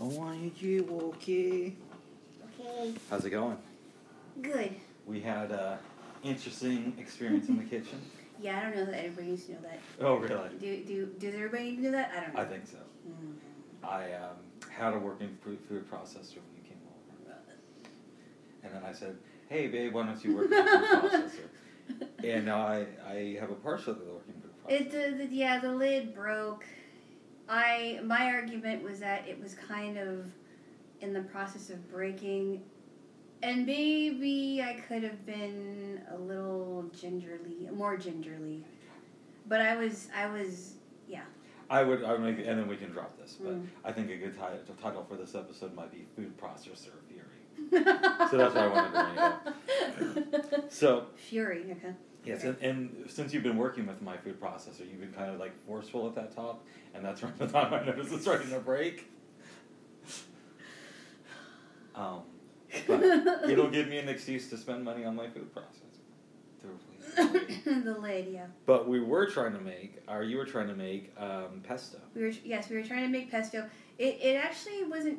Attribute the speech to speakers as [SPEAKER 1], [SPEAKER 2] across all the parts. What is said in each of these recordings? [SPEAKER 1] I want you walkie.
[SPEAKER 2] Okay.
[SPEAKER 1] How's it going?
[SPEAKER 2] Good.
[SPEAKER 1] We had a interesting experience in the kitchen.
[SPEAKER 2] Yeah, I don't know that everybody needs to know that.
[SPEAKER 1] Oh, really?
[SPEAKER 2] Do do does everybody need to know that? I don't know.
[SPEAKER 1] I think so. Mm-hmm.
[SPEAKER 2] Mm.
[SPEAKER 1] I um, had a working food, food processor when you came over, and then I said, "Hey, babe, why don't you work with a food processor?" And now I, I have a partial of the working food processor.
[SPEAKER 2] It the, the yeah the lid broke. I my argument was that it was kind of in the process of breaking, and maybe I could have been a little gingerly, more gingerly, but I was I was yeah.
[SPEAKER 1] I would I would make, and then we can drop this, but
[SPEAKER 2] Mm.
[SPEAKER 1] I think a good title, title for this episode might be "Food Processor Fury." So that's why I wanted to
[SPEAKER 2] bring it.
[SPEAKER 1] So
[SPEAKER 2] Fury. Okay.
[SPEAKER 1] Yes, and, and since you've been working with my food processor, you've been kind of like forceful at that top, and that's around the time I noticed it's starting to break. Um, but it'll give me an excuse to spend money on my food processor to replace. it.
[SPEAKER 2] the lid. Yeah.
[SPEAKER 1] but we were trying to make, or you were trying to make um, pesto.
[SPEAKER 2] We were yes, we were trying to make pesto. It it actually wasn't.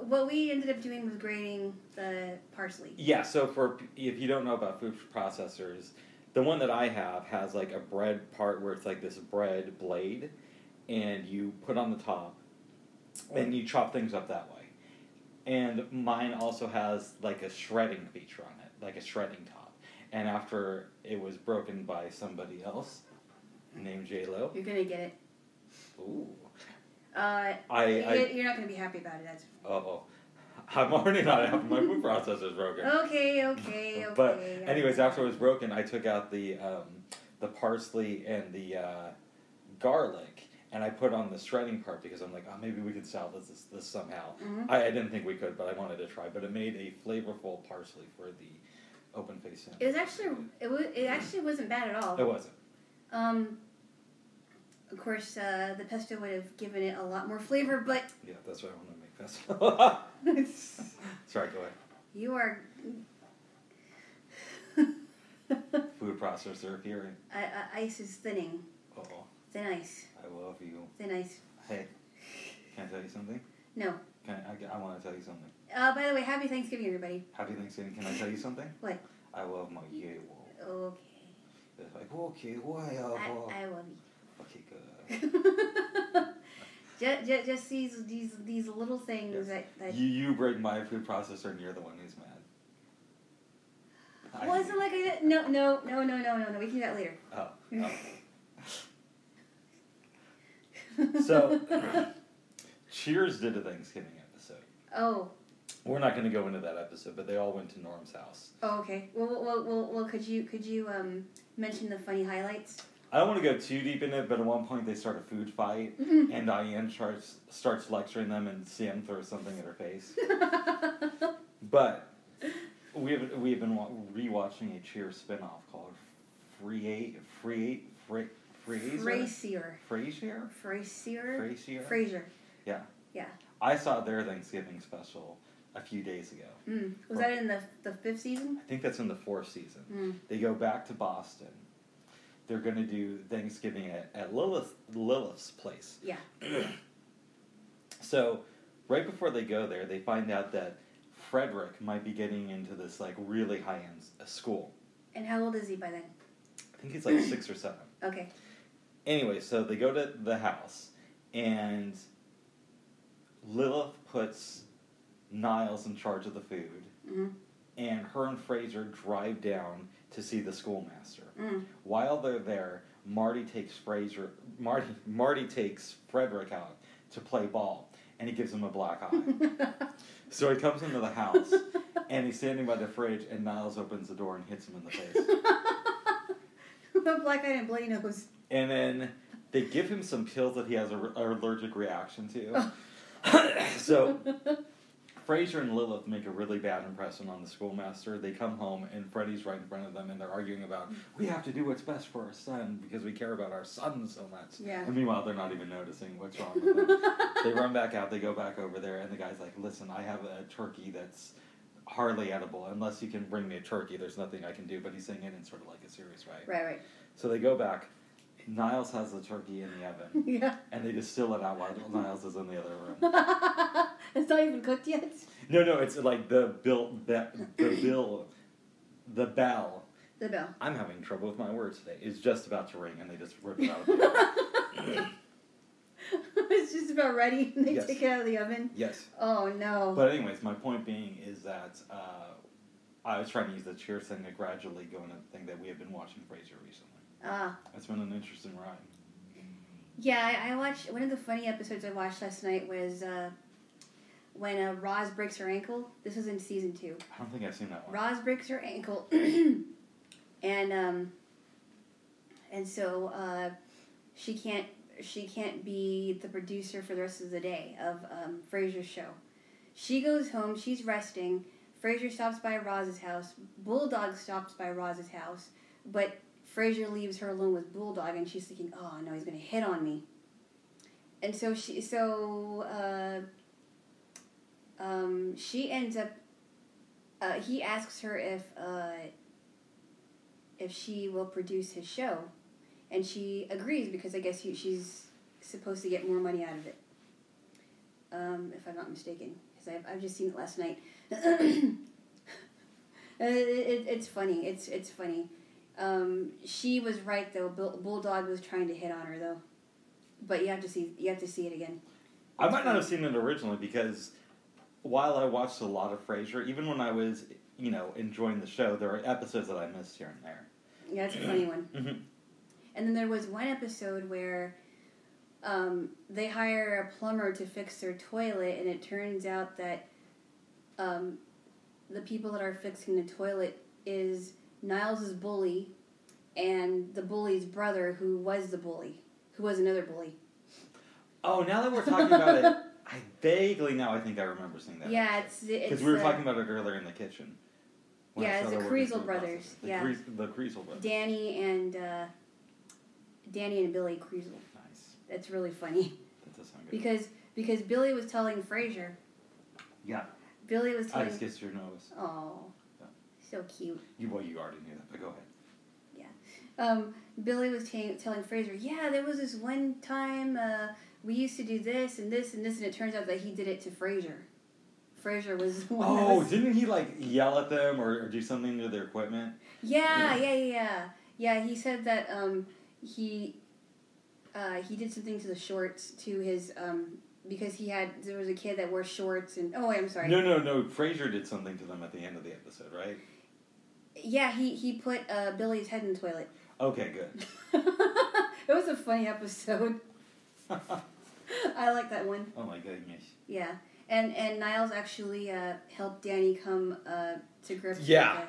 [SPEAKER 2] What we ended up doing was grating the parsley.
[SPEAKER 1] Yeah, so for if you don't know about food processors, the one that I have has like a bread part where it's like this bread blade, and you put on the top, and you chop things up that way. And mine also has like a shredding feature on it, like a shredding top. And after it was broken by somebody else named J Lo,
[SPEAKER 2] You're gonna get it.
[SPEAKER 1] ooh,
[SPEAKER 2] Uh,
[SPEAKER 1] I, I
[SPEAKER 2] you, are not gonna be happy about it. That's
[SPEAKER 1] oh, I'm already not having my food processor's broken.
[SPEAKER 2] Oh, okay, okay, okay.
[SPEAKER 1] But anyways, after it was broken, I took out the um, the parsley and the uh, garlic, and I put on the shredding part because I'm like, oh, maybe we could salvage this, this somehow.
[SPEAKER 2] Mhm.
[SPEAKER 1] I, I didn't think we could, but I wanted to try. But it made a flavorful parsley for the open face sandwich.
[SPEAKER 2] it was actually it was it actually wasn't bad at all.
[SPEAKER 1] It wasn't.
[SPEAKER 2] Um, of course, uh, the pesto would have given it a lot more flavor, but
[SPEAKER 1] Yeah, that's why I want to make this. Sorry, go ahead.
[SPEAKER 2] you are.
[SPEAKER 1] Food processor fury.
[SPEAKER 2] I, I, uh, ice is thinning.
[SPEAKER 1] Oh,
[SPEAKER 2] Thin ice.
[SPEAKER 1] I love you.
[SPEAKER 2] Thin ice.
[SPEAKER 1] Hey, can I tell you something?
[SPEAKER 2] No.
[SPEAKER 1] Can I, I, want to tell you something.
[SPEAKER 2] Uh, by the way, happy Thanksgiving, everybody.
[SPEAKER 1] Happy Thanksgiving. Can I tell you something?
[SPEAKER 2] What?
[SPEAKER 1] I love my Yale.
[SPEAKER 2] Okay.
[SPEAKER 1] It's like, okay, why? Uh,
[SPEAKER 2] I,
[SPEAKER 1] well-
[SPEAKER 2] I love
[SPEAKER 1] okay, good.
[SPEAKER 2] you. just, just, just these these these little things
[SPEAKER 1] Yes.
[SPEAKER 2] that, that
[SPEAKER 1] You, you break my food processor and you're the one who's mad. I
[SPEAKER 2] wasn't like I did. No, no, no, no, no, no, no. We can do that later.
[SPEAKER 1] Oh, oh. So, Cheers did a Thanksgiving episode.
[SPEAKER 2] oh,
[SPEAKER 1] We're not going to go into that episode, but they all went to Norm's house.
[SPEAKER 2] oh, okay. Well, well, well, well, well, could you could you um mention the funny highlights?
[SPEAKER 1] I don't want to go too deep in it, but at one point they start a food fight,
[SPEAKER 2] Mhm.
[SPEAKER 1] and Diane starts, starts lecturing them, and Sam throws something at her face. But we've we've been wa- rewatching a Cheers spinoff called Free Free Free Fraser
[SPEAKER 2] Frazier,
[SPEAKER 1] Frasier
[SPEAKER 2] Frazier,
[SPEAKER 1] Frasier.
[SPEAKER 2] Frazier.
[SPEAKER 1] Yeah.
[SPEAKER 2] Yeah.
[SPEAKER 1] I saw their Thanksgiving special a few days ago.
[SPEAKER 2] Mm. Was that in the the fifth season?
[SPEAKER 1] I think that's in the fourth season.
[SPEAKER 2] Mm.
[SPEAKER 1] They go back to Boston. They're going to do Thanksgiving at, at Lilith Lilith's place.
[SPEAKER 2] Yeah.
[SPEAKER 1] So, right before they go there, they find out that Frederick might be getting into this like really high end school.
[SPEAKER 2] And how old is he by then?
[SPEAKER 1] I think he's like six or seven.
[SPEAKER 2] Okay.
[SPEAKER 1] Anyway, so they go to the house, and Lilith puts Niles in charge of the food,
[SPEAKER 2] Mm.
[SPEAKER 1] and her and Fraser drive down to see the schoolmaster.
[SPEAKER 2] Mm.
[SPEAKER 1] While they're there, Marty takes Fraser, Marty, Marty takes Frederick out to play ball, and he gives him a black eye. so he comes into the house, and he's standing by the fridge, and Niles opens the door and hits him in the face.
[SPEAKER 2] A Mm-hmm. Black eye and bloody nose.
[SPEAKER 1] And then they give him some pills that he has an allergic reaction to. so Fraser and Lilith make a really bad impression on the schoolmaster. They come home and Freddy's right in front of them and they're arguing about we have to do what's best for our son because we care about our son so much.
[SPEAKER 2] Yeah.
[SPEAKER 1] And meanwhile they're not even noticing what's wrong with them. they run back out, they go back over there and the guy's like, Listen, I have a turkey that's hardly edible. Unless you can bring me a turkey, there's nothing I can do. But he's saying it in sort of like a serious way.
[SPEAKER 2] Right, right.
[SPEAKER 1] So they go back, Niles has the turkey in the oven,
[SPEAKER 2] yeah.
[SPEAKER 1] and they just still it out while Niles is in the other room.
[SPEAKER 2] it's not even cooked yet.
[SPEAKER 1] No, no, it's like the bill, the, the bill, the bell.
[SPEAKER 2] The bell.
[SPEAKER 1] I'm having trouble with my words today. It's just about to ring, and they just rip it out. Of the
[SPEAKER 2] it's just about ready. and They
[SPEAKER 1] Yes.
[SPEAKER 2] take it out of the oven.
[SPEAKER 1] yes,
[SPEAKER 2] Oh no.
[SPEAKER 1] but anyways, my point being is that uh, I was trying to use the Cheers thing to gradually go into the thing that we have been watching Frasier recently.
[SPEAKER 2] Ah.
[SPEAKER 1] It's been an interesting ride.
[SPEAKER 2] Yeah, I, I watched one of the funny episodes I watched last night was uh, when uh, Roz breaks her ankle. This was in season two.
[SPEAKER 1] I don't think I've seen that one.
[SPEAKER 2] Roz breaks her ankle, and um, and so uh, she can't she can't be the producer for the rest of the day of um, Frasier's show. She goes home. She's resting. Frasier stops by Roz's house. Bulldog stops by Roz's house, but Frasier leaves her alone with Bulldog, and she's thinking, "Oh no, he's gonna hit on me." And so she so uh, um, she ends up uh, he asks her if uh, if she will produce his show, and she agrees because I guess he, she's supposed to get more money out of it. Um, if I'm not mistaken, because I've, I've just seen it last night. Uh, it, it's funny. It's it's funny. Um, she was right though. Bull, Bulldog was trying to hit on her though, but you have to see you have to see it again.
[SPEAKER 1] I might not have seen it originally because while I watched a lot of Frasier, even when I was, you know, enjoying the show, there are episodes that I missed here and there.
[SPEAKER 2] Yeah, it's a funny one.
[SPEAKER 1] Mhm.
[SPEAKER 2] And then there was one episode where um, they hire a plumber to fix their toilet, and it turns out that um, the people that are fixing the toilet is Niles' bully and the bully's brother, who was the bully, who was another bully.
[SPEAKER 1] Oh, now that we're talking about it, I vaguely now I think I remember seeing that.
[SPEAKER 2] Yeah, it's it's
[SPEAKER 1] because we were
[SPEAKER 2] uh,
[SPEAKER 1] talking about it earlier in the kitchen. when I
[SPEAKER 2] Yeah, it's
[SPEAKER 1] started
[SPEAKER 2] the
[SPEAKER 1] working
[SPEAKER 2] Kreisel
[SPEAKER 1] through
[SPEAKER 2] brothers,
[SPEAKER 1] processes. The
[SPEAKER 2] yeah.
[SPEAKER 1] Kreis- the Kreisel brothers.
[SPEAKER 2] Danny and uh, Danny and Billy Kreisel.
[SPEAKER 1] nice.
[SPEAKER 2] That's really funny
[SPEAKER 1] That does sound good.
[SPEAKER 2] because because Billy was telling Frasier.
[SPEAKER 1] Yeah,
[SPEAKER 2] Billy was
[SPEAKER 1] I
[SPEAKER 2] telling.
[SPEAKER 1] just kissed your nose.
[SPEAKER 2] Oh,
[SPEAKER 1] Yeah.
[SPEAKER 2] so cute.
[SPEAKER 1] You well, you already knew that, but go ahead.
[SPEAKER 2] Um, Billy was ta telling Fraser, yeah, there was this one time uh, we used to do this and this and this, and it turns out that he did it to Fraser. Fraser was the one. that
[SPEAKER 1] Oh,
[SPEAKER 2] was,
[SPEAKER 1] didn't he like yell at them or, or do something to their equipment?
[SPEAKER 2] yeah, yeah, yeah, yeah, yeah. He said that um, he uh, he did something to the shorts to his um, because he had there was a kid that wore shorts and oh, wait, I'm sorry.
[SPEAKER 1] No, no, no. Frasier did something to them at the end of the episode, right?
[SPEAKER 2] Yeah, he he put uh, Billy's head in the toilet.
[SPEAKER 1] Okay, good.
[SPEAKER 2] it was a funny episode.
[SPEAKER 1] oh
[SPEAKER 2] I like that one.
[SPEAKER 1] my goodness.
[SPEAKER 2] Yeah, and and Niles actually uh, helped Danny come uh, to grips.
[SPEAKER 1] Yeah.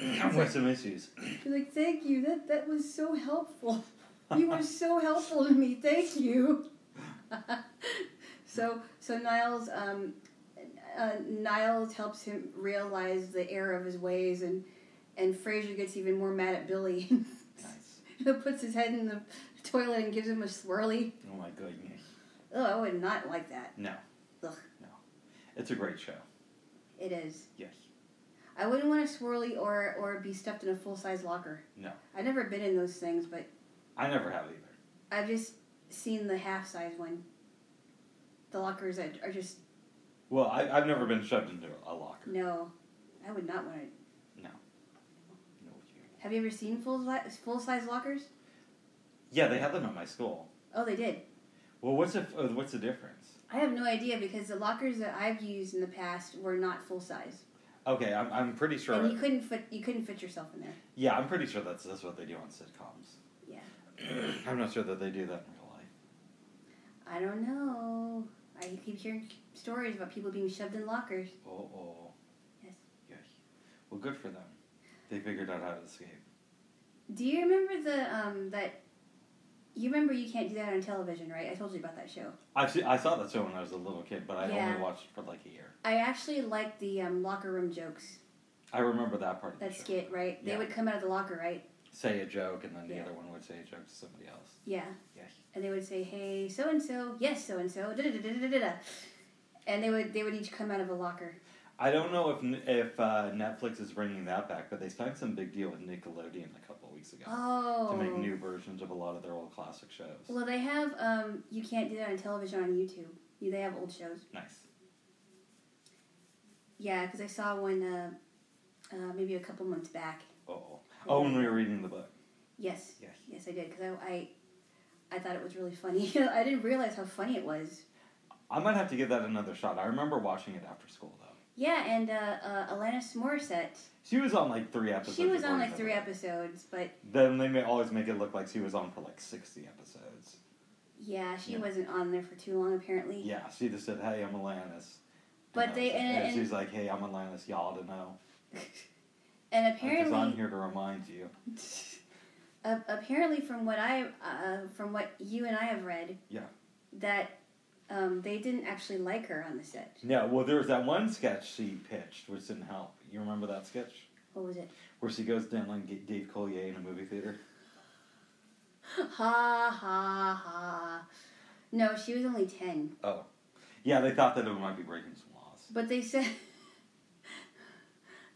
[SPEAKER 2] With
[SPEAKER 1] With some issues.
[SPEAKER 2] it. She's like, "Thank you. That that was so helpful. You were so helpful to me. Thank you." so so Niles um, uh, Niles helps him realize the error of his ways, and and Fraser gets even more mad at Billy.
[SPEAKER 1] Nice.
[SPEAKER 2] Puts his head in the toilet and gives him a swirly.
[SPEAKER 1] Oh my goodness.
[SPEAKER 2] Oh, I would not like that.
[SPEAKER 1] No.
[SPEAKER 2] Ugh.
[SPEAKER 1] No. It's a great show.
[SPEAKER 2] It is.
[SPEAKER 1] Yes.
[SPEAKER 2] I wouldn't want a swirly or or be stuffed in a full size locker.
[SPEAKER 1] No.
[SPEAKER 2] I've never been in those things, but
[SPEAKER 1] I never have either.
[SPEAKER 2] I've just seen the half size one. The lockers that are just
[SPEAKER 1] Well, I, I've never been shoved into a locker.
[SPEAKER 2] no. I would not want to.
[SPEAKER 1] No.
[SPEAKER 2] Mm.
[SPEAKER 1] No. you-
[SPEAKER 2] Have you ever seen full li- full size lockers?
[SPEAKER 1] Yeah, they had them at my school.
[SPEAKER 2] Oh, they did.
[SPEAKER 1] Well, what's the, uh, what's the difference?
[SPEAKER 2] I have no idea because the lockers that I've used in the past were not full size,
[SPEAKER 1] Okay, I'm, I'm pretty sure.
[SPEAKER 2] and you couldn't fit you couldn't fit yourself in there.
[SPEAKER 1] yeah, I'm pretty sure that's that's what they do on sitcoms.
[SPEAKER 2] Yeah.
[SPEAKER 1] I'm not sure that they do that in real life.
[SPEAKER 2] I don't know. I keep hearing stories about people being shoved in lockers.
[SPEAKER 1] Oh, oh.
[SPEAKER 2] Yes.
[SPEAKER 1] Yes. Well, good for them. They figured out how to escape.
[SPEAKER 2] Do you remember the um that you remember you can't do that on television, right? I told you about that show.
[SPEAKER 1] I see, I saw that show when I was a little kid, but I
[SPEAKER 2] Yeah.
[SPEAKER 1] only watched it for like a year.
[SPEAKER 2] I actually liked the um, locker room jokes.
[SPEAKER 1] I remember that part of
[SPEAKER 2] That
[SPEAKER 1] the show.
[SPEAKER 2] skit, right? They
[SPEAKER 1] Oh, Yeah.
[SPEAKER 2] would come out of the locker, right?
[SPEAKER 1] Say a joke, and then the
[SPEAKER 2] Yeah.
[SPEAKER 1] other one would say a joke to somebody else.
[SPEAKER 2] Yeah.
[SPEAKER 1] Yes.
[SPEAKER 2] And they would say, "Hey, so and so, yes, so and so." da da da da da da. And they would they would each come out of a locker.
[SPEAKER 1] I don't know if if uh, Netflix is bringing that back, but they signed some big deal with Nickelodeon a couple weeks weeks ago
[SPEAKER 2] Oh.
[SPEAKER 1] to make new versions of a lot of their old classic shows.
[SPEAKER 2] Well, they have. Um, you can't do that on television on YouTube. You- They have old shows.
[SPEAKER 1] nice.
[SPEAKER 2] Yeah, because I saw one uh, uh, maybe a couple months back.
[SPEAKER 1] Oh, oh, when we were reading the book.
[SPEAKER 2] Yes,
[SPEAKER 1] Yes.
[SPEAKER 2] yes, I did because I, I, I thought it was really funny. I didn't realize how funny it was.
[SPEAKER 1] I might have to give that another shot. I remember watching it after school though.
[SPEAKER 2] Yeah, and uh, uh, Alanis Morissette.
[SPEAKER 1] She was on like three episodes.
[SPEAKER 2] She was
[SPEAKER 1] before
[SPEAKER 2] on
[SPEAKER 1] we
[SPEAKER 2] like
[SPEAKER 1] did
[SPEAKER 2] three
[SPEAKER 1] it.
[SPEAKER 2] episodes, but
[SPEAKER 1] Then they may always make it look like she was on for like sixty episodes.
[SPEAKER 2] yeah, she
[SPEAKER 1] Yeah.
[SPEAKER 2] wasn't on there for too long apparently.
[SPEAKER 1] Yeah, she just said, "Hey, I'm Alanis."
[SPEAKER 2] But
[SPEAKER 1] that
[SPEAKER 2] they-
[SPEAKER 1] was it.
[SPEAKER 2] and- and-
[SPEAKER 1] she's like, "Hey, I'm Alanis. Y'all to know
[SPEAKER 2] And
[SPEAKER 1] because
[SPEAKER 2] apparently,
[SPEAKER 1] I'm here to remind you."
[SPEAKER 2] Uh, apparently, from what I, uh, from what you and I have read,
[SPEAKER 1] Yeah.
[SPEAKER 2] that um, they didn't actually like her on the set.
[SPEAKER 1] No, well, there was that one sketch she pitched, which didn't help. You remember that sketch
[SPEAKER 2] What was it?
[SPEAKER 1] where she goes down and get Dave Collier in a movie theater?
[SPEAKER 2] Ha ha ha. No, she was only ten,
[SPEAKER 1] Oh, yeah, they thought that it might be breaking some laws.
[SPEAKER 2] but they said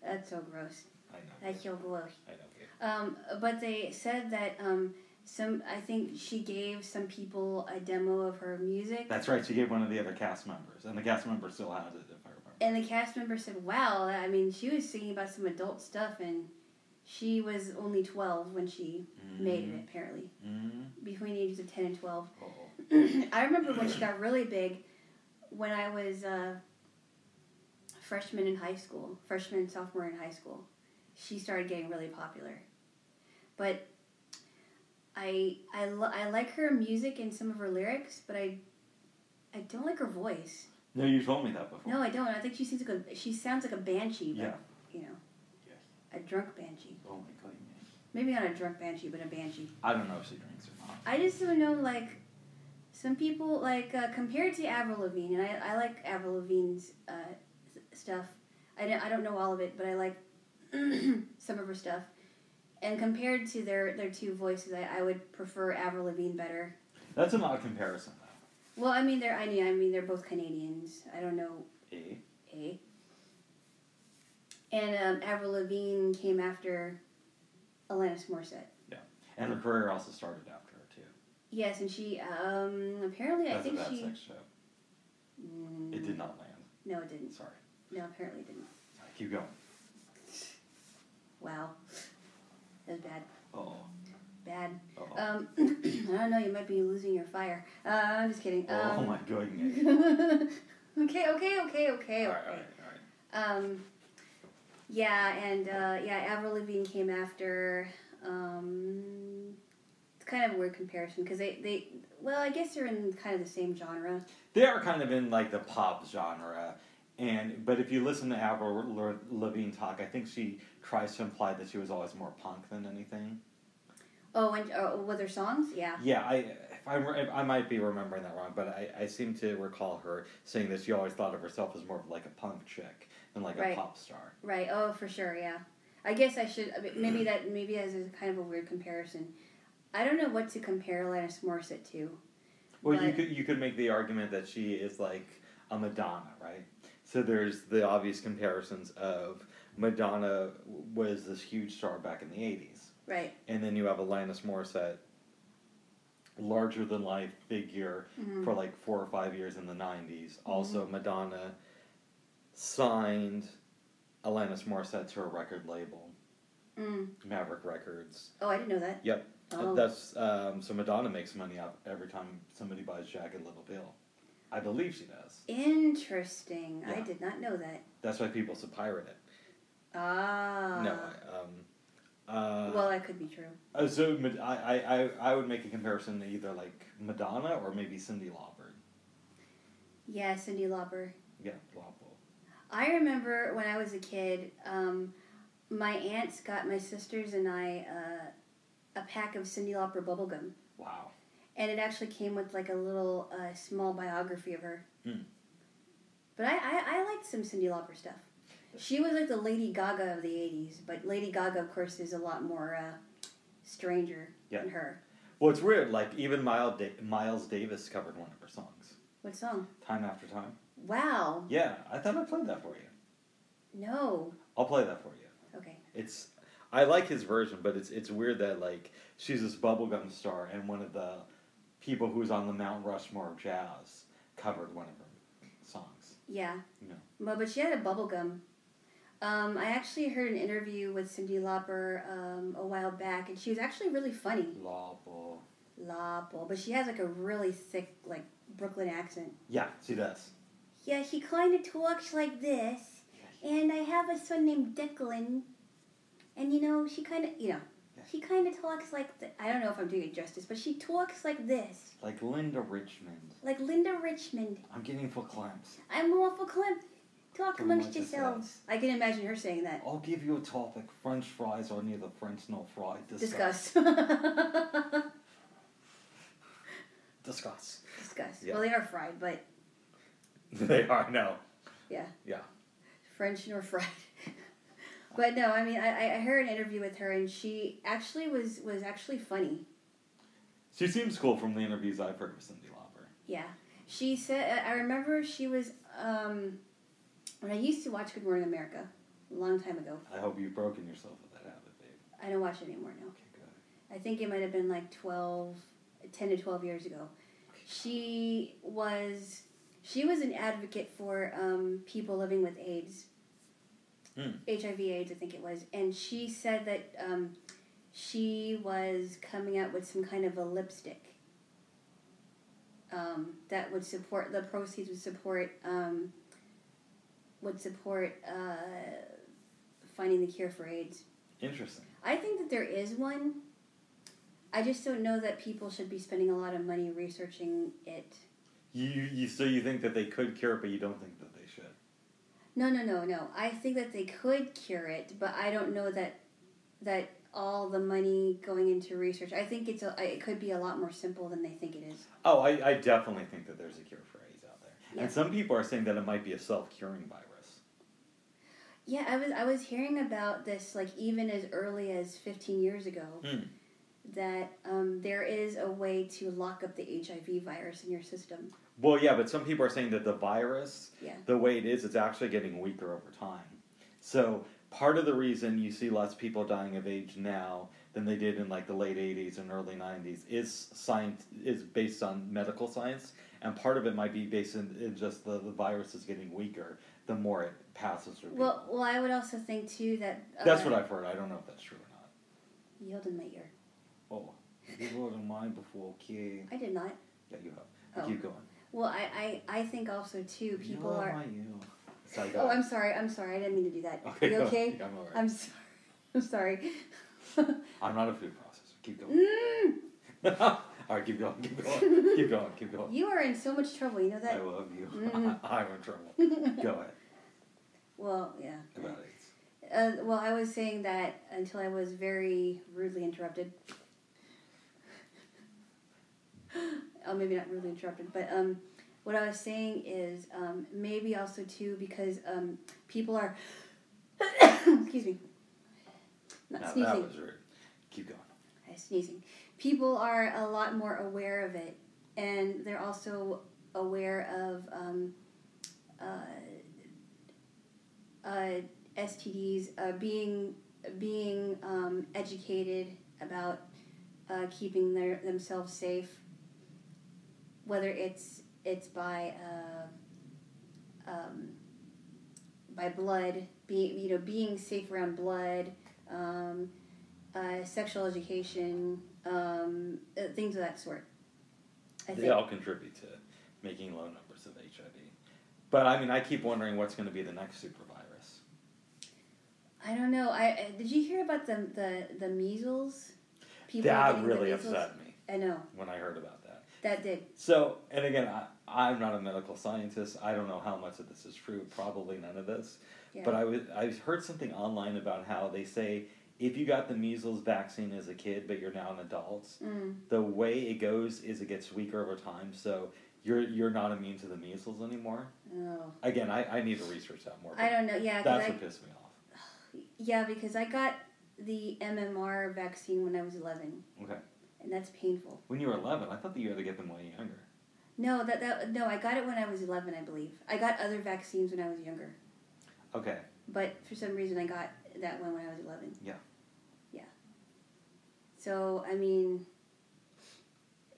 [SPEAKER 2] that's so gross.
[SPEAKER 1] I know.
[SPEAKER 2] That's so gross.
[SPEAKER 1] I know.
[SPEAKER 2] Um, but they said that um, some. I think she gave some people a demo of her music.
[SPEAKER 1] That's right. She gave one of the other cast members, and the cast member still has it, if I remember.
[SPEAKER 2] And the cast member said, "Wow, I mean, she was singing about some adult stuff, and she was only twelve when she made it. Apparently,
[SPEAKER 1] Mm-hmm.
[SPEAKER 2] between the ages of ten and twelve.
[SPEAKER 1] Oh,
[SPEAKER 2] I remember when she got really big, when I was uh, freshman in high school, freshman and sophomore in high school, she started getting really popular. But I I lo- I like her music and some of her lyrics, but I I don't like her voice.
[SPEAKER 1] no, you told me that before.
[SPEAKER 2] No, I don't. I think she seems like a she sounds like a banshee. But,
[SPEAKER 1] Yeah.
[SPEAKER 2] You know.
[SPEAKER 1] Yes.
[SPEAKER 2] A drunk banshee.
[SPEAKER 1] Oh my god, you mean-
[SPEAKER 2] Maybe not a drunk banshee, but a banshee.
[SPEAKER 1] I don't know if she drinks or not.
[SPEAKER 2] I just don't know. Like, some people like uh, compared to Avril Lavigne, and I, I like Avril Lavigne's uh, s- stuff. I don't, I don't know all of it, but I like some of her stuff. And compared to their, their two voices, I, I would prefer Avril Lavigne better.
[SPEAKER 1] That's an odd comparison, though.
[SPEAKER 2] Well, I mean, they're I mean, I mean they're both Canadians. I don't know
[SPEAKER 1] Eh?
[SPEAKER 2] A. And um, Avril Lavigne came after Alanis Morissette.
[SPEAKER 1] And her career also started after her too.
[SPEAKER 2] Yes, and she um, apparently I
[SPEAKER 1] That's a
[SPEAKER 2] think
[SPEAKER 1] bad
[SPEAKER 2] she.
[SPEAKER 1] sex show.
[SPEAKER 2] Mm,
[SPEAKER 1] It did not land.
[SPEAKER 2] No, it didn't.
[SPEAKER 1] Sorry.
[SPEAKER 2] No, apparently it didn't.
[SPEAKER 1] Sorry, Keep going.
[SPEAKER 2] Wow, that was bad.
[SPEAKER 1] Oh.
[SPEAKER 2] Bad.
[SPEAKER 1] Oh.
[SPEAKER 2] Um, I don't know. You might be losing your fire. Uh, I'm just kidding.
[SPEAKER 1] oh
[SPEAKER 2] um,
[SPEAKER 1] my goodness.
[SPEAKER 2] okay, okay, okay, okay,
[SPEAKER 1] All right, all
[SPEAKER 2] okay.
[SPEAKER 1] right, all right.
[SPEAKER 2] Um, yeah, and uh, yeah, Avril Lavigne came after. Um, it's kind of a weird comparison because they, they, well, I guess they're in kind of the same genre.
[SPEAKER 1] They are kind of in like the pop genre, and but if you listen to Avril L- Lavigne talk, I think she tries to imply that she was always more punk than anything.
[SPEAKER 2] Oh, and uh, were there songs? Yeah.
[SPEAKER 1] Yeah, I if I'm, if I might be remembering that wrong, but I, I seem to recall her saying that she always thought of herself as more of like a punk chick than like
[SPEAKER 2] Right.
[SPEAKER 1] a pop star.
[SPEAKER 2] Right. Oh, for sure. Yeah. I guess I should. I mean, Maybe that. Maybe as a kind of a weird comparison. I don't know what to compare Alanis Morissette to.
[SPEAKER 1] Well, you
[SPEAKER 2] But-
[SPEAKER 1] could you could make the argument that she is like a Madonna, right? So there's the obvious comparisons of Madonna was this huge star back in the '80s,
[SPEAKER 2] Right.
[SPEAKER 1] and then you have Alanis Morissette, larger than life figure
[SPEAKER 2] Mhm.
[SPEAKER 1] for like four or five years in the '90s. Also, Madonna signed Alanis Morissette to a record label,
[SPEAKER 2] Mm.
[SPEAKER 1] Maverick Records.
[SPEAKER 2] Oh, I didn't know that.
[SPEAKER 1] Yep,
[SPEAKER 2] Oh.
[SPEAKER 1] that's um, so Madonna makes money off every time somebody buys Jagged Little Pill. I believe she does.
[SPEAKER 2] Interesting. I
[SPEAKER 1] Yeah.
[SPEAKER 2] did not know that.
[SPEAKER 1] That's why people should pirate it.
[SPEAKER 2] Ah.
[SPEAKER 1] no, I, um, uh,
[SPEAKER 2] well, that could be true.
[SPEAKER 1] uh, so Mad- I, I, I, I would make a comparison to either like Madonna or maybe Cindy Lauper.
[SPEAKER 2] Yeah, Cindy Lauper.
[SPEAKER 1] Yeah, Lauper.
[SPEAKER 2] I remember when I was a kid, um, my aunts got my sisters and I uh, a pack of Cindy Lauper bubblegum.
[SPEAKER 1] Wow.
[SPEAKER 2] And it actually came with like a little uh, small biography of her.
[SPEAKER 1] Hmm.
[SPEAKER 2] But I, I, I liked some Cindy Lauper stuff. She was like the Lady Gaga of the 80s, but Lady Gaga, of course, is a lot more uh, stranger
[SPEAKER 1] Yeah.
[SPEAKER 2] than her.
[SPEAKER 1] Well, it's weird. Like even Miles, da- Miles Davis covered one of her songs,
[SPEAKER 2] What song?
[SPEAKER 1] time after time.
[SPEAKER 2] Wow.
[SPEAKER 1] Yeah, I thought I played that for you.
[SPEAKER 2] No.
[SPEAKER 1] I'll play that for you.
[SPEAKER 2] Okay.
[SPEAKER 1] It's I like his version, but it's it's weird that like she's this bubblegum star and one of the people who's on the Mount Rushmore of jazz covered one of her songs.
[SPEAKER 2] Yeah.
[SPEAKER 1] You know.
[SPEAKER 2] Well, but she had a bubblegum. Um, I actually heard an interview with Cindy Lauper um, a while back, and she was actually really funny.
[SPEAKER 1] Lawful.
[SPEAKER 2] Lauper, but she has like a really thick, like Brooklyn accent.
[SPEAKER 1] Yeah, she does.
[SPEAKER 2] Yeah, she kind of talks like this, and I have a son named Declan, and you know, she kind of, you know, she kind of talks like th- I don't know if I'm doing it justice, but she talks like this,
[SPEAKER 1] Like Linda Richmond.
[SPEAKER 2] like Linda Richmond.
[SPEAKER 1] I'm getting full clumps.
[SPEAKER 2] I'm awful Clem. Talk
[SPEAKER 1] Talk
[SPEAKER 2] amongst
[SPEAKER 1] amongst
[SPEAKER 2] yourselves. I can imagine her saying that.
[SPEAKER 1] I'll give you a topic. French fries are neither French nor fried.
[SPEAKER 2] Discuss.
[SPEAKER 1] Discuss.
[SPEAKER 2] Discuss.
[SPEAKER 1] Yeah.
[SPEAKER 2] Well, they are fried, but
[SPEAKER 1] they are, no.
[SPEAKER 2] yeah,
[SPEAKER 1] Yeah.
[SPEAKER 2] French nor fried. but no, I mean, I, I- I heard an interview with her, and she actually was was actually funny.
[SPEAKER 1] She seems cool from the interviews I've heard with Cindy Lauper.
[SPEAKER 2] Yeah, she said. uh, I I remember she was um, when I used to watch Good Morning America a long time ago.
[SPEAKER 1] I hope you've broken yourself with that habit, babe.
[SPEAKER 2] I don't watch it anymore now.
[SPEAKER 1] Okay, good.
[SPEAKER 2] I think it might have been like 12, 10 to 12 years ago. She was she was an advocate for um, people living with AIDS,
[SPEAKER 1] Hmm.
[SPEAKER 2] HIV AIDS, I think it was, and she said that um, she was coming out with some kind of a lipstick um, that would support the proceeds would support um, would support uh, finding the cure for AIDS.
[SPEAKER 1] Interesting.
[SPEAKER 2] I think that there is one. I just don't know that people should be spending a lot of money researching it.
[SPEAKER 1] You, you so you think that they could cure it, but you don't think that they should.
[SPEAKER 2] No, no, no, no. I think that they could cure it, but I don't know that that all the money going into research. I think it's a, it could be a lot more simple than they think it is.
[SPEAKER 1] Oh, I, I definitely think that there's a cure for AIDS out there,
[SPEAKER 2] Yeah.
[SPEAKER 1] and some people are saying that it might be a self-curing virus.
[SPEAKER 2] Yeah, I was I was hearing about this like even as early as 15 years ago
[SPEAKER 1] Hmm.
[SPEAKER 2] that um, there is a way to lock up the HIV virus in your system.
[SPEAKER 1] Well, yeah, but some people are saying that the virus,
[SPEAKER 2] Yeah.
[SPEAKER 1] the way it is, it's actually getting weaker over time. So part of the reason you see less people dying of AIDS now than they did in like the late '80s and early '90s is science is based on medical science, and part of it might be based in, in just the, the virus is getting weaker the more it passes through.
[SPEAKER 2] Well,
[SPEAKER 1] people.
[SPEAKER 2] well, I would also think too that uh,
[SPEAKER 1] that's what I've heard. I don't know if that's true or not.
[SPEAKER 2] You held in my ear.
[SPEAKER 1] Oh, you wrote in mine before, okay?
[SPEAKER 2] I did not.
[SPEAKER 1] Yeah, you have.
[SPEAKER 2] Oh.
[SPEAKER 1] Keep going.
[SPEAKER 2] Well, I, I, I think also too people
[SPEAKER 1] You're
[SPEAKER 2] are.
[SPEAKER 1] my you. So I got
[SPEAKER 2] Oh,
[SPEAKER 1] it.
[SPEAKER 2] I'm sorry. I'm sorry. I didn't mean to do that.
[SPEAKER 1] Okay,
[SPEAKER 2] you
[SPEAKER 1] go.
[SPEAKER 2] okay?
[SPEAKER 1] Yeah, I'm all right.
[SPEAKER 2] I'm sorry. I'm sorry. mm.
[SPEAKER 1] I'm not a food processor. Keep going. All right, keep going, keep going, keep going, keep going.
[SPEAKER 2] You are in so much trouble. You know
[SPEAKER 1] I
[SPEAKER 2] that.
[SPEAKER 1] love you.
[SPEAKER 2] Mm.
[SPEAKER 1] I'm in trouble. Go ahead
[SPEAKER 2] Well, yeah.
[SPEAKER 1] about it.
[SPEAKER 2] Uh, well, I was saying that until I was very rudely interrupted. oh, maybe not rudely interrupted, but um, what I was saying is um, maybe also too because um, people are. excuse me. Not
[SPEAKER 1] Now
[SPEAKER 2] sneezing.
[SPEAKER 1] that was rude. Keep going.
[SPEAKER 2] I was sneezing. People are a lot more aware of it, and they're also aware of um, uh, uh, STDs uh, being being um, educated about uh, keeping their themselves safe. Whether it's it's by uh, um, by blood, be, you know, being safe around blood. Um, uh, sexual education, um, uh, things of that sort. I think.
[SPEAKER 1] They all contribute to making low numbers of HIV. But I mean, I keep wondering what's going to be the next super virus.
[SPEAKER 2] I don't know. I uh, did you hear about the the, the measles? People are
[SPEAKER 1] that
[SPEAKER 2] getting the
[SPEAKER 1] really
[SPEAKER 2] measles?
[SPEAKER 1] upset me
[SPEAKER 2] I know
[SPEAKER 1] when I heard about that.
[SPEAKER 2] that did.
[SPEAKER 1] So, and again, I, I'm not a medical scientist. I don't know how much of this is true. Probably none of this.
[SPEAKER 2] Yeah.
[SPEAKER 1] But I was I heard something online about how they say if you got the measles vaccine as a kid, but you're now an adult,
[SPEAKER 2] mm.
[SPEAKER 1] the way it goes is it gets weaker over time. So you're you're not immune to the measles anymore.
[SPEAKER 2] oh.
[SPEAKER 1] Again, I, I need to research that more. but
[SPEAKER 2] I don't know. Yeah, 'cause
[SPEAKER 1] that's
[SPEAKER 2] I,
[SPEAKER 1] what pissed me off.
[SPEAKER 2] yeah, because I got the MMR vaccine when I was eleven,
[SPEAKER 1] Okay,
[SPEAKER 2] and that's painful.
[SPEAKER 1] when you were 11, I thought that you had to get them way younger.
[SPEAKER 2] No, that, that no, I got it when I was eleven, I believe. I got other vaccines when I was younger,
[SPEAKER 1] Okay,
[SPEAKER 2] but for some reason I got that one when I was eleven.
[SPEAKER 1] Yeah.
[SPEAKER 2] So I mean,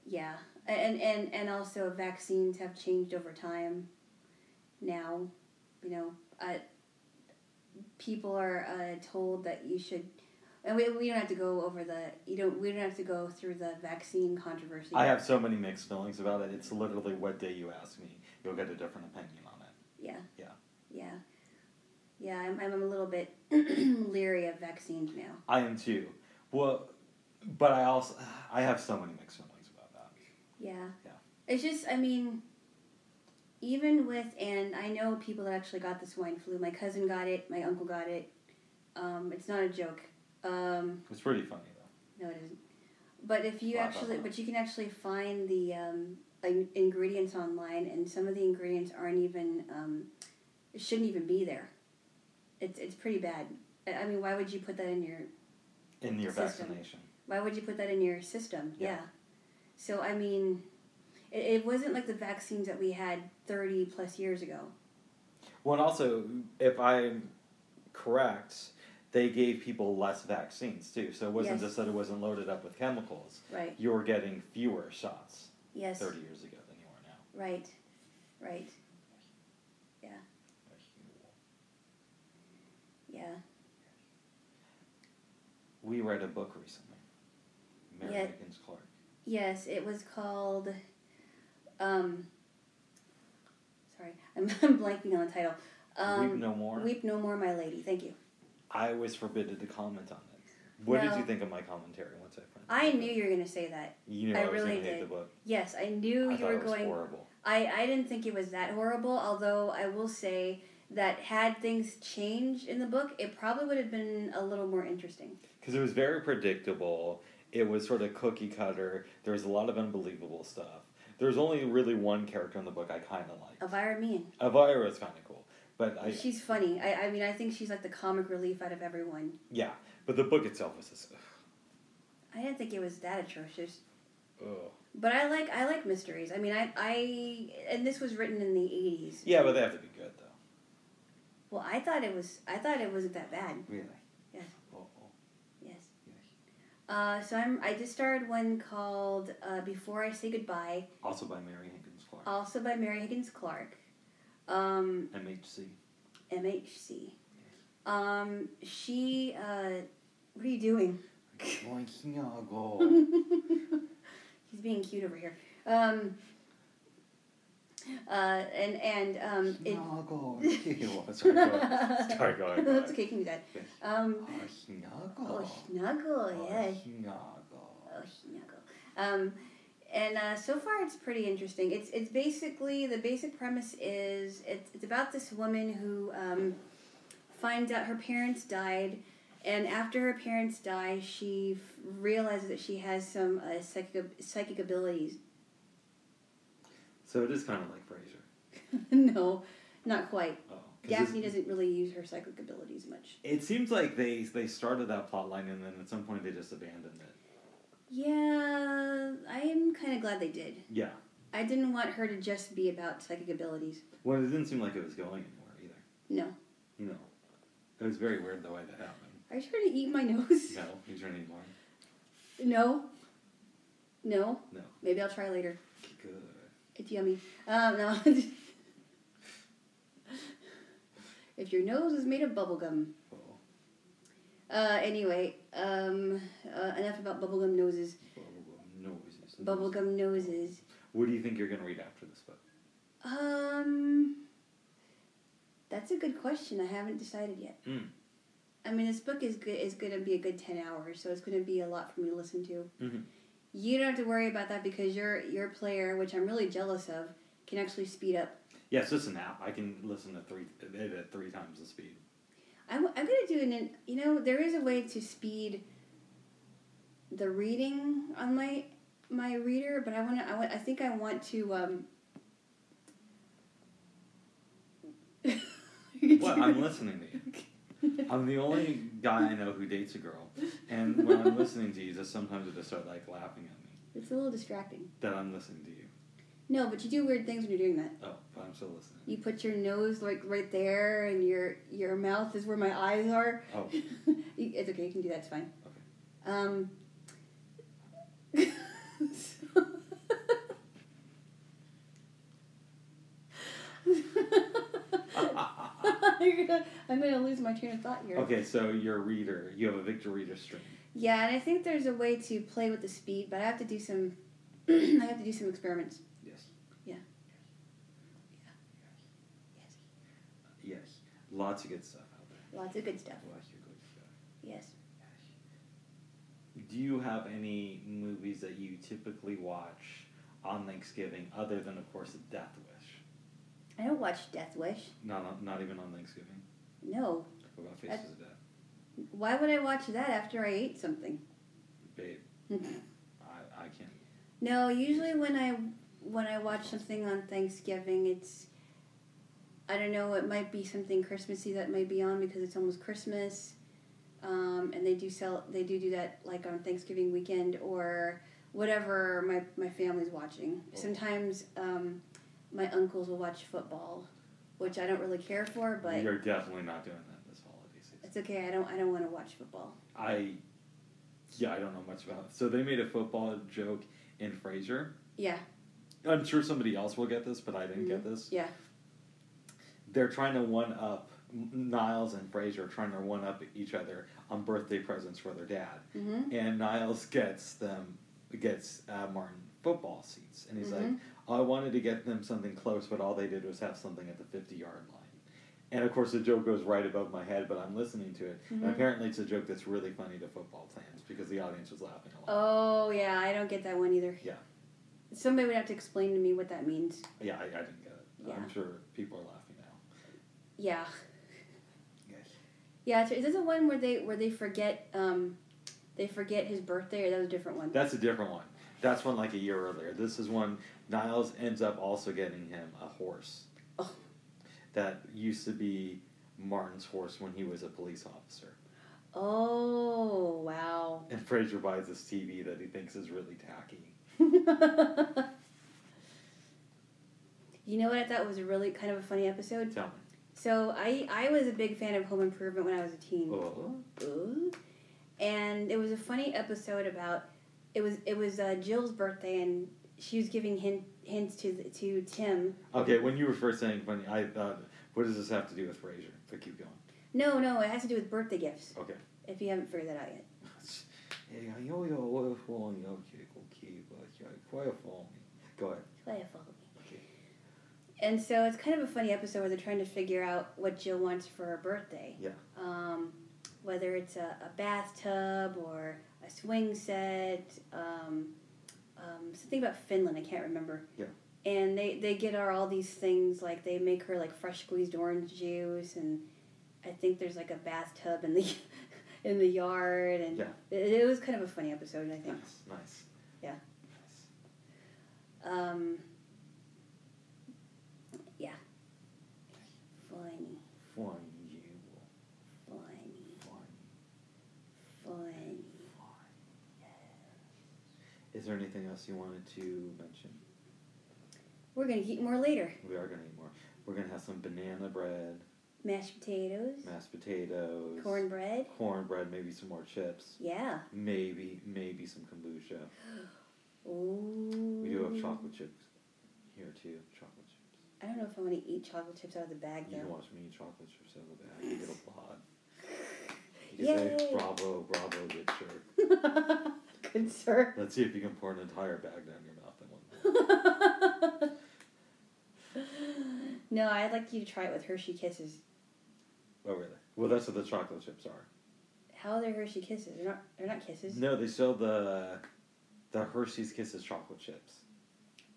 [SPEAKER 2] yeah, and and and also vaccines have changed over time. Now, you know, uh, people are uh, told that you should. And we, we don't have to go over the you don't we don't have to go through the vaccine controversy.
[SPEAKER 1] I have so many mixed feelings about it. It's literally what day you ask me, you'll get a different opinion on it.
[SPEAKER 2] Yeah.
[SPEAKER 1] Yeah.
[SPEAKER 2] Yeah. Yeah, I'm, I'm a little bit leery of vaccines now.
[SPEAKER 1] I am too. Well, but I also I have so many mixed feelings about that.
[SPEAKER 2] Yeah.
[SPEAKER 1] Yeah.
[SPEAKER 2] It's just, I mean, even with, and I know people that actually got the swine flu. My cousin got it, my uncle got it. Um, it's not a joke. Um,
[SPEAKER 1] It's pretty funny though.
[SPEAKER 2] no, it isn't. But if you
[SPEAKER 1] Well, I thought
[SPEAKER 2] actually,
[SPEAKER 1] so.
[SPEAKER 2] but you can actually find the um, in- ingredients online, and some of the ingredients aren't even, um, it shouldn't even be there. It's, it's pretty bad. I I mean, why would you put that in your
[SPEAKER 1] In your
[SPEAKER 2] System.
[SPEAKER 1] vaccination,
[SPEAKER 2] Why would you put that in your system? Yeah.
[SPEAKER 1] Yeah.
[SPEAKER 2] So I mean, it, it wasn't like the vaccines that we had thirty plus years ago.
[SPEAKER 1] well, and also if I'm correct, they gave people less vaccines too. So it wasn't
[SPEAKER 2] Yes.
[SPEAKER 1] just that it wasn't loaded up with chemicals.
[SPEAKER 2] Right.
[SPEAKER 1] You were getting fewer shots
[SPEAKER 2] Yes.
[SPEAKER 1] thirty years ago than you are now.
[SPEAKER 2] Right. Right. Yeah.
[SPEAKER 1] We read a book recently. Mary
[SPEAKER 2] Yeah.
[SPEAKER 1] Higgins Clark.
[SPEAKER 2] Yes. It was called. Um. Sorry, I'm, I'm blanking on the title. Um,
[SPEAKER 1] Weep no more.
[SPEAKER 2] Weep no more, my lady. Thank you.
[SPEAKER 1] I was forbidden to comment on it. What
[SPEAKER 2] No.
[SPEAKER 1] did you think of my commentary once I found
[SPEAKER 2] I knew you were gonna say that.
[SPEAKER 1] you knew I,
[SPEAKER 2] I
[SPEAKER 1] was
[SPEAKER 2] really
[SPEAKER 1] gonna hate
[SPEAKER 2] did.
[SPEAKER 1] the book.
[SPEAKER 2] Yes, I
[SPEAKER 1] I
[SPEAKER 2] knew you
[SPEAKER 1] thought
[SPEAKER 2] were
[SPEAKER 1] it was
[SPEAKER 2] going.
[SPEAKER 1] horrible.
[SPEAKER 2] I, I didn't think it was that horrible, although I will say that had things changed in the book, it probably would have been a little more interesting.
[SPEAKER 1] Because it was very predictable. It was sort of cookie cutter. There was a lot of unbelievable stuff. There's only really one character in the book I kind of like.
[SPEAKER 2] Elvira Mean.
[SPEAKER 1] Elvira is kind of cool, but I
[SPEAKER 2] She's funny. I, I mean, I think she's like the comic relief out of everyone.
[SPEAKER 1] yeah. But the book itself was just
[SPEAKER 2] I didn't think it was that atrocious.
[SPEAKER 1] ugh.
[SPEAKER 2] But I like I like mysteries. I mean, I, I and this was written in the 80s.
[SPEAKER 1] Yeah, but they have to be good though.
[SPEAKER 2] Well, I thought it was I thought it wasn't that bad.
[SPEAKER 1] Really?
[SPEAKER 2] Yeah.
[SPEAKER 1] Oh, oh.
[SPEAKER 2] Yes. Uh, so I'm I just started one called uh, Before I Say Goodbye,
[SPEAKER 1] Also by Mary Higgins Clark.
[SPEAKER 2] also by Mary Higgins Clark. Um,
[SPEAKER 1] MHC.
[SPEAKER 2] MHC. Um, she, uh, what are you doing?
[SPEAKER 1] Um,
[SPEAKER 2] He's being cute over here. Um, uh, and, and, um, it,
[SPEAKER 1] Sorry, go ahead. Sorry, go ahead. Go ahead.
[SPEAKER 2] that's okay, you can do that.
[SPEAKER 1] Yes.
[SPEAKER 2] Um, oh,
[SPEAKER 1] Snuggle.
[SPEAKER 2] snuggle, yeah.
[SPEAKER 1] Snuggle.
[SPEAKER 2] Oh, snuggle. Um, and uh, so far, it's pretty interesting. It's it's basically the basic premise is it's it's about this woman who um, finds out her parents died, and after her parents die, she f- realizes that she has some uh, psychic psychic abilities.
[SPEAKER 1] So it is kind of like Frasier.
[SPEAKER 2] no, not quite.
[SPEAKER 1] Oh, 'Cause
[SPEAKER 2] Daphne
[SPEAKER 1] it-
[SPEAKER 2] doesn't really use her psychic abilities much.
[SPEAKER 1] It seems like they they started that plot line and then at some point they just abandoned it.
[SPEAKER 2] Yeah, I am kind of glad they did.
[SPEAKER 1] Yeah.
[SPEAKER 2] I didn't want her to just be about psychic abilities.
[SPEAKER 1] Well, it didn't seem like it was going anywhere either.
[SPEAKER 2] No.
[SPEAKER 1] No. It was very weird the way that happened.
[SPEAKER 2] Are you trying to eat my nose?
[SPEAKER 1] No, he's turning one.
[SPEAKER 2] No. No.
[SPEAKER 1] No.
[SPEAKER 2] Maybe I'll try later.
[SPEAKER 1] Good.
[SPEAKER 2] It's yummy. Um, no. if your nose is made of bubblegum.
[SPEAKER 1] Oh,
[SPEAKER 2] Uh, anyway, um, uh, enough about bubblegum noses.
[SPEAKER 1] bubblegum noises.
[SPEAKER 2] Bubblegum noses.
[SPEAKER 1] What do you think you're gonna read after this book?
[SPEAKER 2] Um, that's a good question. I haven't decided yet.
[SPEAKER 1] Mm.
[SPEAKER 2] I mean, this book is good. Is going to be a good ten hours, so it's going to be a lot for me to listen to.
[SPEAKER 1] Mhm.
[SPEAKER 2] You don't have to worry about that because your your player, which I'm really jealous of, can actually speed up.
[SPEAKER 1] Yeah, it's just an app. I can listen to three it at three times the speed.
[SPEAKER 2] I'm, I'm gonna do an in- you know there is a way to speed the reading on my my reader but i want to I, want, I think i want to um
[SPEAKER 1] What? I'm listening to you. I'm the only guy I know who dates a girl, and when I'm listening to you, just sometimes you just start like laughing at me
[SPEAKER 2] it's a little distracting
[SPEAKER 1] that I'm listening to you.
[SPEAKER 2] no but you do weird things when you're doing that
[SPEAKER 1] Oh, but I'm still listening.
[SPEAKER 2] you put your nose like right there and your your mouth is where my eyes are
[SPEAKER 1] Oh,
[SPEAKER 2] You- it's okay you can do that it's fine
[SPEAKER 1] Okay.
[SPEAKER 2] um You're gonna- I'm gonna lose my train of thought here.
[SPEAKER 1] Oh. Okay, so your reader, you have a Victor reader string.
[SPEAKER 2] Yeah, and I think there's a way to play with the speed, but I have to do some. I have to do some experiments.
[SPEAKER 1] Yes.
[SPEAKER 2] Yeah.
[SPEAKER 1] Yes. Yes. Lots of good stuff out there.
[SPEAKER 2] Lots of good stuff.
[SPEAKER 1] Lots of good stuff.
[SPEAKER 2] Yes.
[SPEAKER 1] Do you have any movies that you typically watch on Thanksgiving, other than, of course, Death Wish?
[SPEAKER 2] I don't watch Death Wish.
[SPEAKER 1] Not on, not even on Thanksgiving.
[SPEAKER 2] No.
[SPEAKER 1] What about
[SPEAKER 2] That's-
[SPEAKER 1] Faces of Death?
[SPEAKER 2] Why would I watch that after I ate something?
[SPEAKER 1] Babe, I, I can't.
[SPEAKER 2] no, usually when I when I watch something on Thanksgiving, it's I don't know. It might be something Christmassy that might be on because it's almost Christmas, um, and they do sell they do do that like on Thanksgiving weekend or whatever my my family's watching. Sometimes um, my uncles will watch football, which I don't really care for, but
[SPEAKER 1] You're definitely not doing that this holiday season.
[SPEAKER 2] it's okay. I don't I don't want to watch football.
[SPEAKER 1] I, yeah, I don't know much about it. So they made a football joke in Frasier.
[SPEAKER 2] Yeah, Mm-hmm.
[SPEAKER 1] I'm sure somebody else will get this, but I didn't get this.
[SPEAKER 2] yeah.
[SPEAKER 1] They're trying to one up Niles and Frasier are trying to one up each other on birthday presents for their dad.
[SPEAKER 2] Mm-hmm.
[SPEAKER 1] And Niles gets them gets uh, Martin football seats, and he's like, "I wanted to get them something close, but all they did was have something at the fifty yard line." And of course, the joke goes right above my head, but I'm listening to it, and
[SPEAKER 2] Mhm.
[SPEAKER 1] apparently, it's a joke that's really funny to football fans because the audience was laughing a lot.
[SPEAKER 2] Oh yeah, I don't get that one either.
[SPEAKER 1] Yeah.
[SPEAKER 2] Somebody would have to explain to me what that means.
[SPEAKER 1] Yeah, I, I didn't get it.
[SPEAKER 2] Yeah.
[SPEAKER 1] I'm sure people are laughing now.
[SPEAKER 2] Yeah. Yeah, it's, is this the one where they where they forget um they forget his birthday or that was a different one?
[SPEAKER 1] That's a different one. That's one like a year earlier. This is one Niles ends up also getting him a horse.
[SPEAKER 2] Oh.
[SPEAKER 1] That used to be Martin's horse when he was a police officer.
[SPEAKER 2] oh wow.
[SPEAKER 1] And Fraser buys this TV that he thinks is really tacky.
[SPEAKER 2] you know what I thought was a really kind of a funny episode?
[SPEAKER 1] Tell me.
[SPEAKER 2] So I I was a big fan of Home Improvement when I was a teen.
[SPEAKER 1] Oh.
[SPEAKER 2] Ooh. and it was a funny episode about it was it was uh, Jill's birthday and she was giving hint, hints to the, to Tim.
[SPEAKER 1] Okay, when you were first saying funny, I thought, what does this have to do with Frasier? But keep going.
[SPEAKER 2] No, no, it has to do with birthday gifts.
[SPEAKER 1] Okay.
[SPEAKER 2] If you haven't figured that out yet,
[SPEAKER 1] Yeah, yo, yo, what if one, yo, okay, okay, but yeah, quiet for me. Go ahead.
[SPEAKER 2] Play a follow me.
[SPEAKER 1] Okay.
[SPEAKER 2] And so it's kind of a funny episode where they're trying to figure out what Jill wants for her birthday.
[SPEAKER 1] Yeah.
[SPEAKER 2] Um, whether it's a, a bathtub or a swing set, um, um, something about Finland, I can't remember.
[SPEAKER 1] Yeah.
[SPEAKER 2] And they, they get her all these things, like they make her like fresh squeezed orange juice, and I think there's like a bathtub in the in the yard, and
[SPEAKER 1] Yeah.
[SPEAKER 2] it, it was kind of a funny episode, I think.
[SPEAKER 1] Nice, nice.
[SPEAKER 2] Yeah.
[SPEAKER 1] Nice.
[SPEAKER 2] Um, yeah. Funny,
[SPEAKER 1] Flying you will
[SPEAKER 2] funny,
[SPEAKER 1] fly,
[SPEAKER 2] funny.
[SPEAKER 1] fly. Is there anything else you wanted to mention?
[SPEAKER 2] We're gonna eat more later.
[SPEAKER 1] We are going to eat more. We're going to have some banana bread,
[SPEAKER 2] Mashed potatoes,
[SPEAKER 1] mashed potatoes,
[SPEAKER 2] cornbread.
[SPEAKER 1] cornbread, maybe some more chips,
[SPEAKER 2] Yeah.
[SPEAKER 1] maybe, maybe some kombucha.
[SPEAKER 2] Ooh.
[SPEAKER 1] We do
[SPEAKER 2] Mm-hmm.
[SPEAKER 1] have chocolate chips here too. Chocolate chips.
[SPEAKER 2] I don't know if I want to eat chocolate chips out of the bag
[SPEAKER 1] You can
[SPEAKER 2] though.
[SPEAKER 1] watch me eat chocolate chips out of the bag. You get applaud. You can say,
[SPEAKER 2] Yay.
[SPEAKER 1] bravo, bravo, good shirt.
[SPEAKER 2] Good sir.
[SPEAKER 1] Let's see if you can pour an entire bag down your mouth at one
[SPEAKER 2] No, I'd like you to try it with Hershey Kisses.
[SPEAKER 1] Oh, really? Well, that's what the chocolate chips are.
[SPEAKER 2] How are they Hershey Kisses? They're not. They're not kisses.
[SPEAKER 1] No, they sell the the Hershey's Kisses chocolate chips.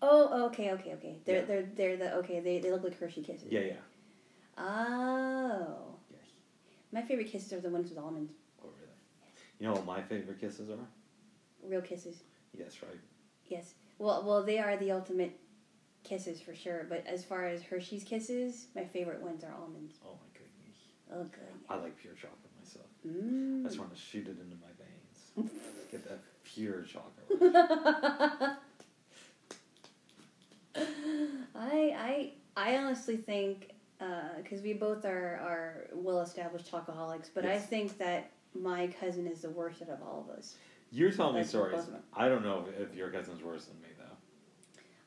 [SPEAKER 2] Oh, okay, okay, okay. They're
[SPEAKER 1] Yeah.
[SPEAKER 2] they're they're the okay. They they look like Hershey Kisses.
[SPEAKER 1] Yeah, yeah.
[SPEAKER 2] Oh.
[SPEAKER 1] Yes.
[SPEAKER 2] My favorite kisses are the ones with almonds.
[SPEAKER 1] Oh, really? You know what my favorite kisses are?
[SPEAKER 2] Real kisses.
[SPEAKER 1] Yes, right.
[SPEAKER 2] Yes. Well, well, they are the ultimate kisses for sure. But as far as Hershey's kisses, my favorite ones are almonds.
[SPEAKER 1] Oh my goodness.
[SPEAKER 2] Oh, good.
[SPEAKER 1] I like pure chocolate myself.
[SPEAKER 2] Mm.
[SPEAKER 1] I just want to shoot it into my veins. Get that pure chocolate.
[SPEAKER 2] I I I honestly think because we both are are well established chocoholics, but I
[SPEAKER 1] Yes.
[SPEAKER 2] think that my cousin is the worst out of all of us.
[SPEAKER 1] You're telling me
[SPEAKER 2] That's
[SPEAKER 1] stories.
[SPEAKER 2] both of them.
[SPEAKER 1] I don't know if, if your cousin's worse than me though.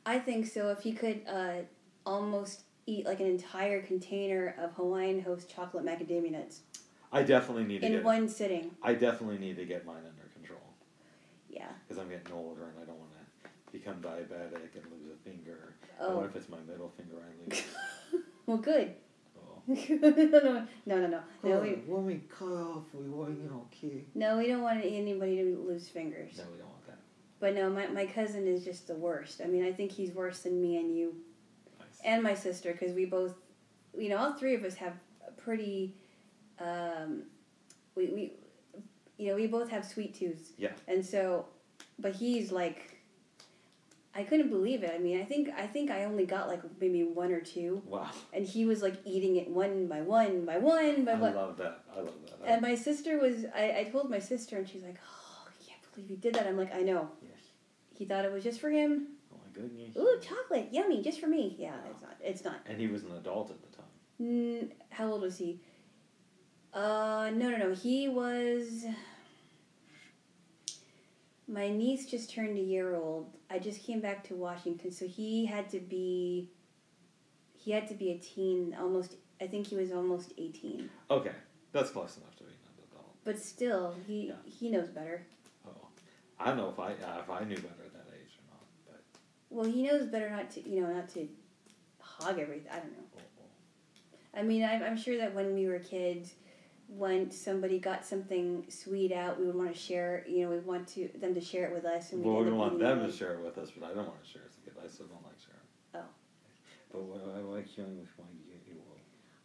[SPEAKER 2] I think so. If he could uh, almost eat like an entire container of Hawaiian Host chocolate macadamia nuts
[SPEAKER 1] I definitely need to
[SPEAKER 2] in
[SPEAKER 1] get.
[SPEAKER 2] one sitting,
[SPEAKER 1] I definitely need to get mine under control
[SPEAKER 2] yeah.
[SPEAKER 1] because I'm getting older and I don't want to become diabetic and lose a finger. And What
[SPEAKER 2] Oh,
[SPEAKER 1] if it's my middle finger I lose?
[SPEAKER 2] well, good.
[SPEAKER 1] oh.
[SPEAKER 2] no, no, no, no, no. We,
[SPEAKER 1] when we cut off, we want you know, kid.
[SPEAKER 2] no, we don't want anybody to lose fingers.
[SPEAKER 1] No, we don't want that.
[SPEAKER 2] But no, my, my cousin is just the worst. I mean, I think he's worse than me and you
[SPEAKER 1] Nice.
[SPEAKER 2] and my sister because we both, you know, all three of us have a pretty, um, we, we, you know, we both have sweet tooths.
[SPEAKER 1] Yeah.
[SPEAKER 2] And so, but he's like, I couldn't believe it. I mean, I think I think I only got like maybe one or two,
[SPEAKER 1] Wow.
[SPEAKER 2] and he was like eating it one by one by one by
[SPEAKER 1] I
[SPEAKER 2] one.
[SPEAKER 1] love that. I love that. I-
[SPEAKER 2] And my sister was, I, I told my sister, and she's like, oh, I can't believe you did that. I'm like, I know.
[SPEAKER 1] yes.
[SPEAKER 2] He thought it was just for him.
[SPEAKER 1] Oh my goodness.
[SPEAKER 2] Ooh, chocolate, yummy, just for me. Yeah, it's not. It's not.
[SPEAKER 1] and he was an adult at the time.
[SPEAKER 2] Mm, how old was he? Uh, no, no, no. He was. My niece just turned a year old. I just came back to Washington, so he had to be. He had to be a teen, almost. I think he was almost eighteen,
[SPEAKER 1] Okay, that's close enough to being an adult.
[SPEAKER 2] but still, he
[SPEAKER 1] Yeah.
[SPEAKER 2] he knows better.
[SPEAKER 1] Oh, I don't know if I uh, if I knew better at that age or not, but
[SPEAKER 2] Well, he knows better not to, you know, not to hog everything. I don't know.
[SPEAKER 1] oh, oh.
[SPEAKER 2] I mean, I'm, I'm sure that when we were kids, when somebody got something sweet out, we would want to share. You know, we want to them to share it with us, and we
[SPEAKER 1] well, we
[SPEAKER 2] end up
[SPEAKER 1] want
[SPEAKER 2] eating
[SPEAKER 1] them
[SPEAKER 2] it.
[SPEAKER 1] to share it with us, but I don't want to share it because I still don't like sharing.
[SPEAKER 2] Oh.
[SPEAKER 1] But what I like sharing with my you, you will.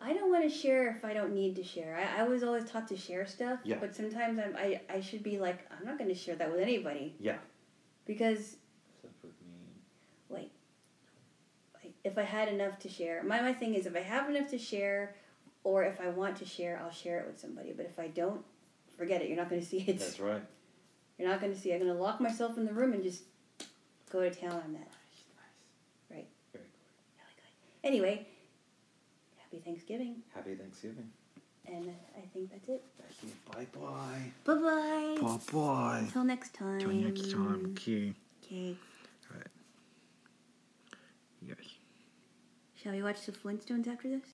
[SPEAKER 2] I don't want to share if I don't need to share. I, I was always taught to share stuff,
[SPEAKER 1] Yeah.
[SPEAKER 2] but sometimes I'm, I I should be like, I'm not going to share that with anybody
[SPEAKER 1] Yeah,
[SPEAKER 2] because
[SPEAKER 1] except with me.
[SPEAKER 2] like, if I had enough to share, my my thing is if I have enough to share, or if I want to share, I'll share it with somebody. But if I don't, forget it. You're not going to see it.
[SPEAKER 1] That's right.
[SPEAKER 2] You're not going to see. I'm going to lock myself in the room and just go to town on that.
[SPEAKER 1] Nice, nice.
[SPEAKER 2] Right.
[SPEAKER 1] Very good.
[SPEAKER 2] Really good. Anyway, happy Thanksgiving,
[SPEAKER 1] Happy Thanksgiving.
[SPEAKER 2] and I think that's it.
[SPEAKER 1] Thank you. Bye bye.
[SPEAKER 2] Bye bye.
[SPEAKER 1] Bye bye.
[SPEAKER 2] Till next time.
[SPEAKER 1] Till next time. Key.
[SPEAKER 2] Okay.
[SPEAKER 1] Yes.
[SPEAKER 2] Shall we watch the Flintstones after this?